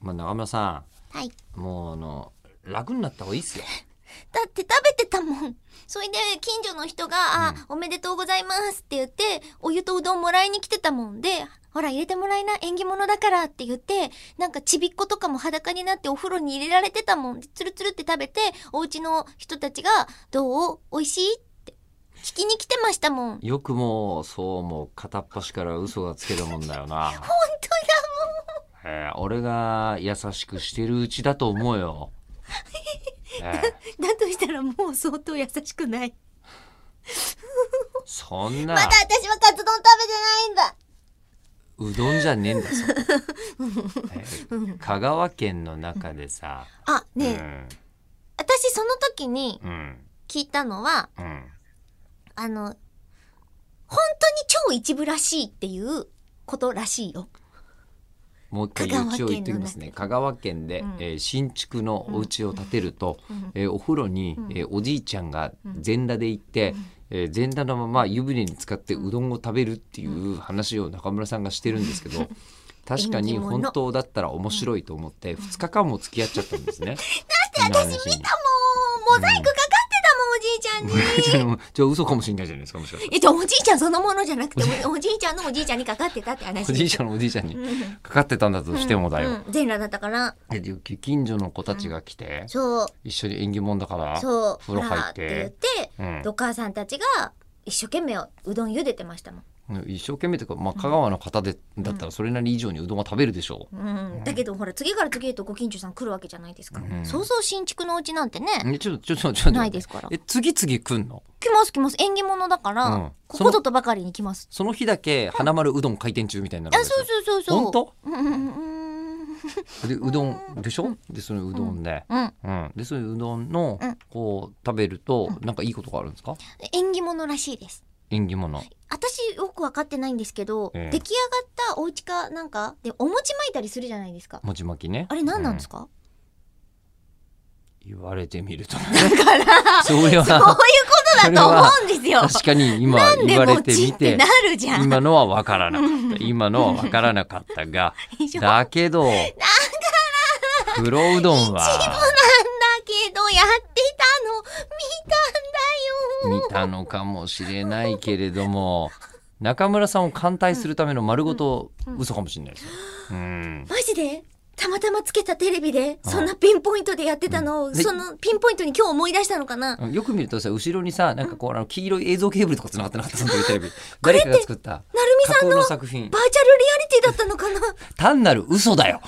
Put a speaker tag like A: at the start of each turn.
A: まあ、中村さ
B: はい。
A: んもうあの楽になった方がいいっすよ
B: だって食べてたもん。それで近所の人が、あ、おめでとうございますって言って、お湯とうどんもらいに来てたもんで、ほら入れてもらいな、縁起物だからって言って、なんかちびっことかも裸になってお風呂に入れられてたもんで、つるつるって食べて、お家の人たちが、どう美味しいって聞きに来てましたもん。
A: よくもうそうもう片っ端から嘘がつけたもんだよな
B: 本当だ
A: えー俺が優しくしてるうちだと思うよ、えー
B: もん。だとしたらもう相当優しくない。
A: そんな
B: まだ私はカツ丼食
A: う
B: べてないんだ。
A: どんじゃねえ んだぞ、えー香川県の中でさ、
B: あ、ねえ、私その時に
A: うんうん
B: 聞いたのは、
A: うん
B: あの、本当に超一部らしいっていうことらしいよ。
A: もう一回
B: 香川
A: 一応言っておきますね香川県で、
B: うん
A: えー新築のお家を建てると、
B: ん
A: えーお風呂に、えーおじいちゃんが全裸で行って、えー全裸のまま湯船に浸かってうどんを食べるっていう話を中村さんがしてるんですけ ど確かに本当だったら面白いと思って2日間も付き合っちゃったんです ね。だって私見
B: だもん、モザイクかかってたもん、おじいちゃんに。
A: ちょちょ嘘かもしれないじゃないですかもしかしたら
B: え、じゃあおじいちゃんそのものじゃなくて、おおじいちゃんのおじいちゃんにかかってたって話。
A: おじいちゃんのおじいちゃんにかかってたんだとしてもだよ。
B: うん、全裸だったから、
A: で近所の子たちが来て、
B: そう、
A: 一緒に縁起物だから
B: そう、
A: 風呂
B: ほら
A: 入っ。
B: って言ってて、
A: うん
B: でお母さんたちが一生懸命うどん茹でてましたもん。
A: 一生懸命というか、まあ、香川の方で、だったらそれなり以上にうどんは食べるでしょ
B: うん、だけどほら次から次へとご近所さん来るわけじゃないです
A: う
B: か、
A: ん
B: そうそう新築のお家なんてね
A: う。ねちょっとちょっとちょっと
B: ないですから
A: え次々来んの
B: 来ます来ます縁起物だから、
A: うん
B: ここぞとばかりに来ます
A: その日だけ花丸うどん開店中みたいになるん
B: あ
A: ですよ
B: そうそうそうそう
A: 本当
B: うんうんうん
A: でうどんでしょでそのうどんで、
B: うん
A: うん、でそういううどんの
B: うん
A: こう食べるとなんかいいことがあるんですか
B: 縁起物らしいです
A: 縁起物
B: 私よく分かってないんですけど、
A: ええ
B: 出来上がったお家かなんかでお餅巻いたりするじゃないですか
A: もちまきね
B: あれ何なんですか、
A: うん言われてみるとね そういう
B: こういう
A: は
B: ことだと思うんですよ
A: 確かに今
B: なんで
A: 言われて
B: 餅
A: み
B: って
A: て
B: なるじゃん
A: 今のは分からなかった今のは分からなかった が
B: でしょだ
A: だけど、黒うどんは
B: けどやってたの見た
A: 見
B: んだよ
A: たのかもしれないけれども、中村さんを歓待するための丸ごと嘘かもしれないですよ。うん。
B: マジでたまたまつけたテレビで
A: あ
B: そんなピンポイントでやってたのを、
A: うんで
B: そのピンポイントに今日思い出したのかな
A: よく見るとさ後ろにさなんかこうあの黄色い映像ケーブルとか繋がってなかったその時テレビ誰かが作った
B: なるみさ
A: 架
B: ん
A: 空
B: の
A: の
B: バーチャ
A: 作品
B: ルリアリティだったのかな
A: 単なる嘘だよ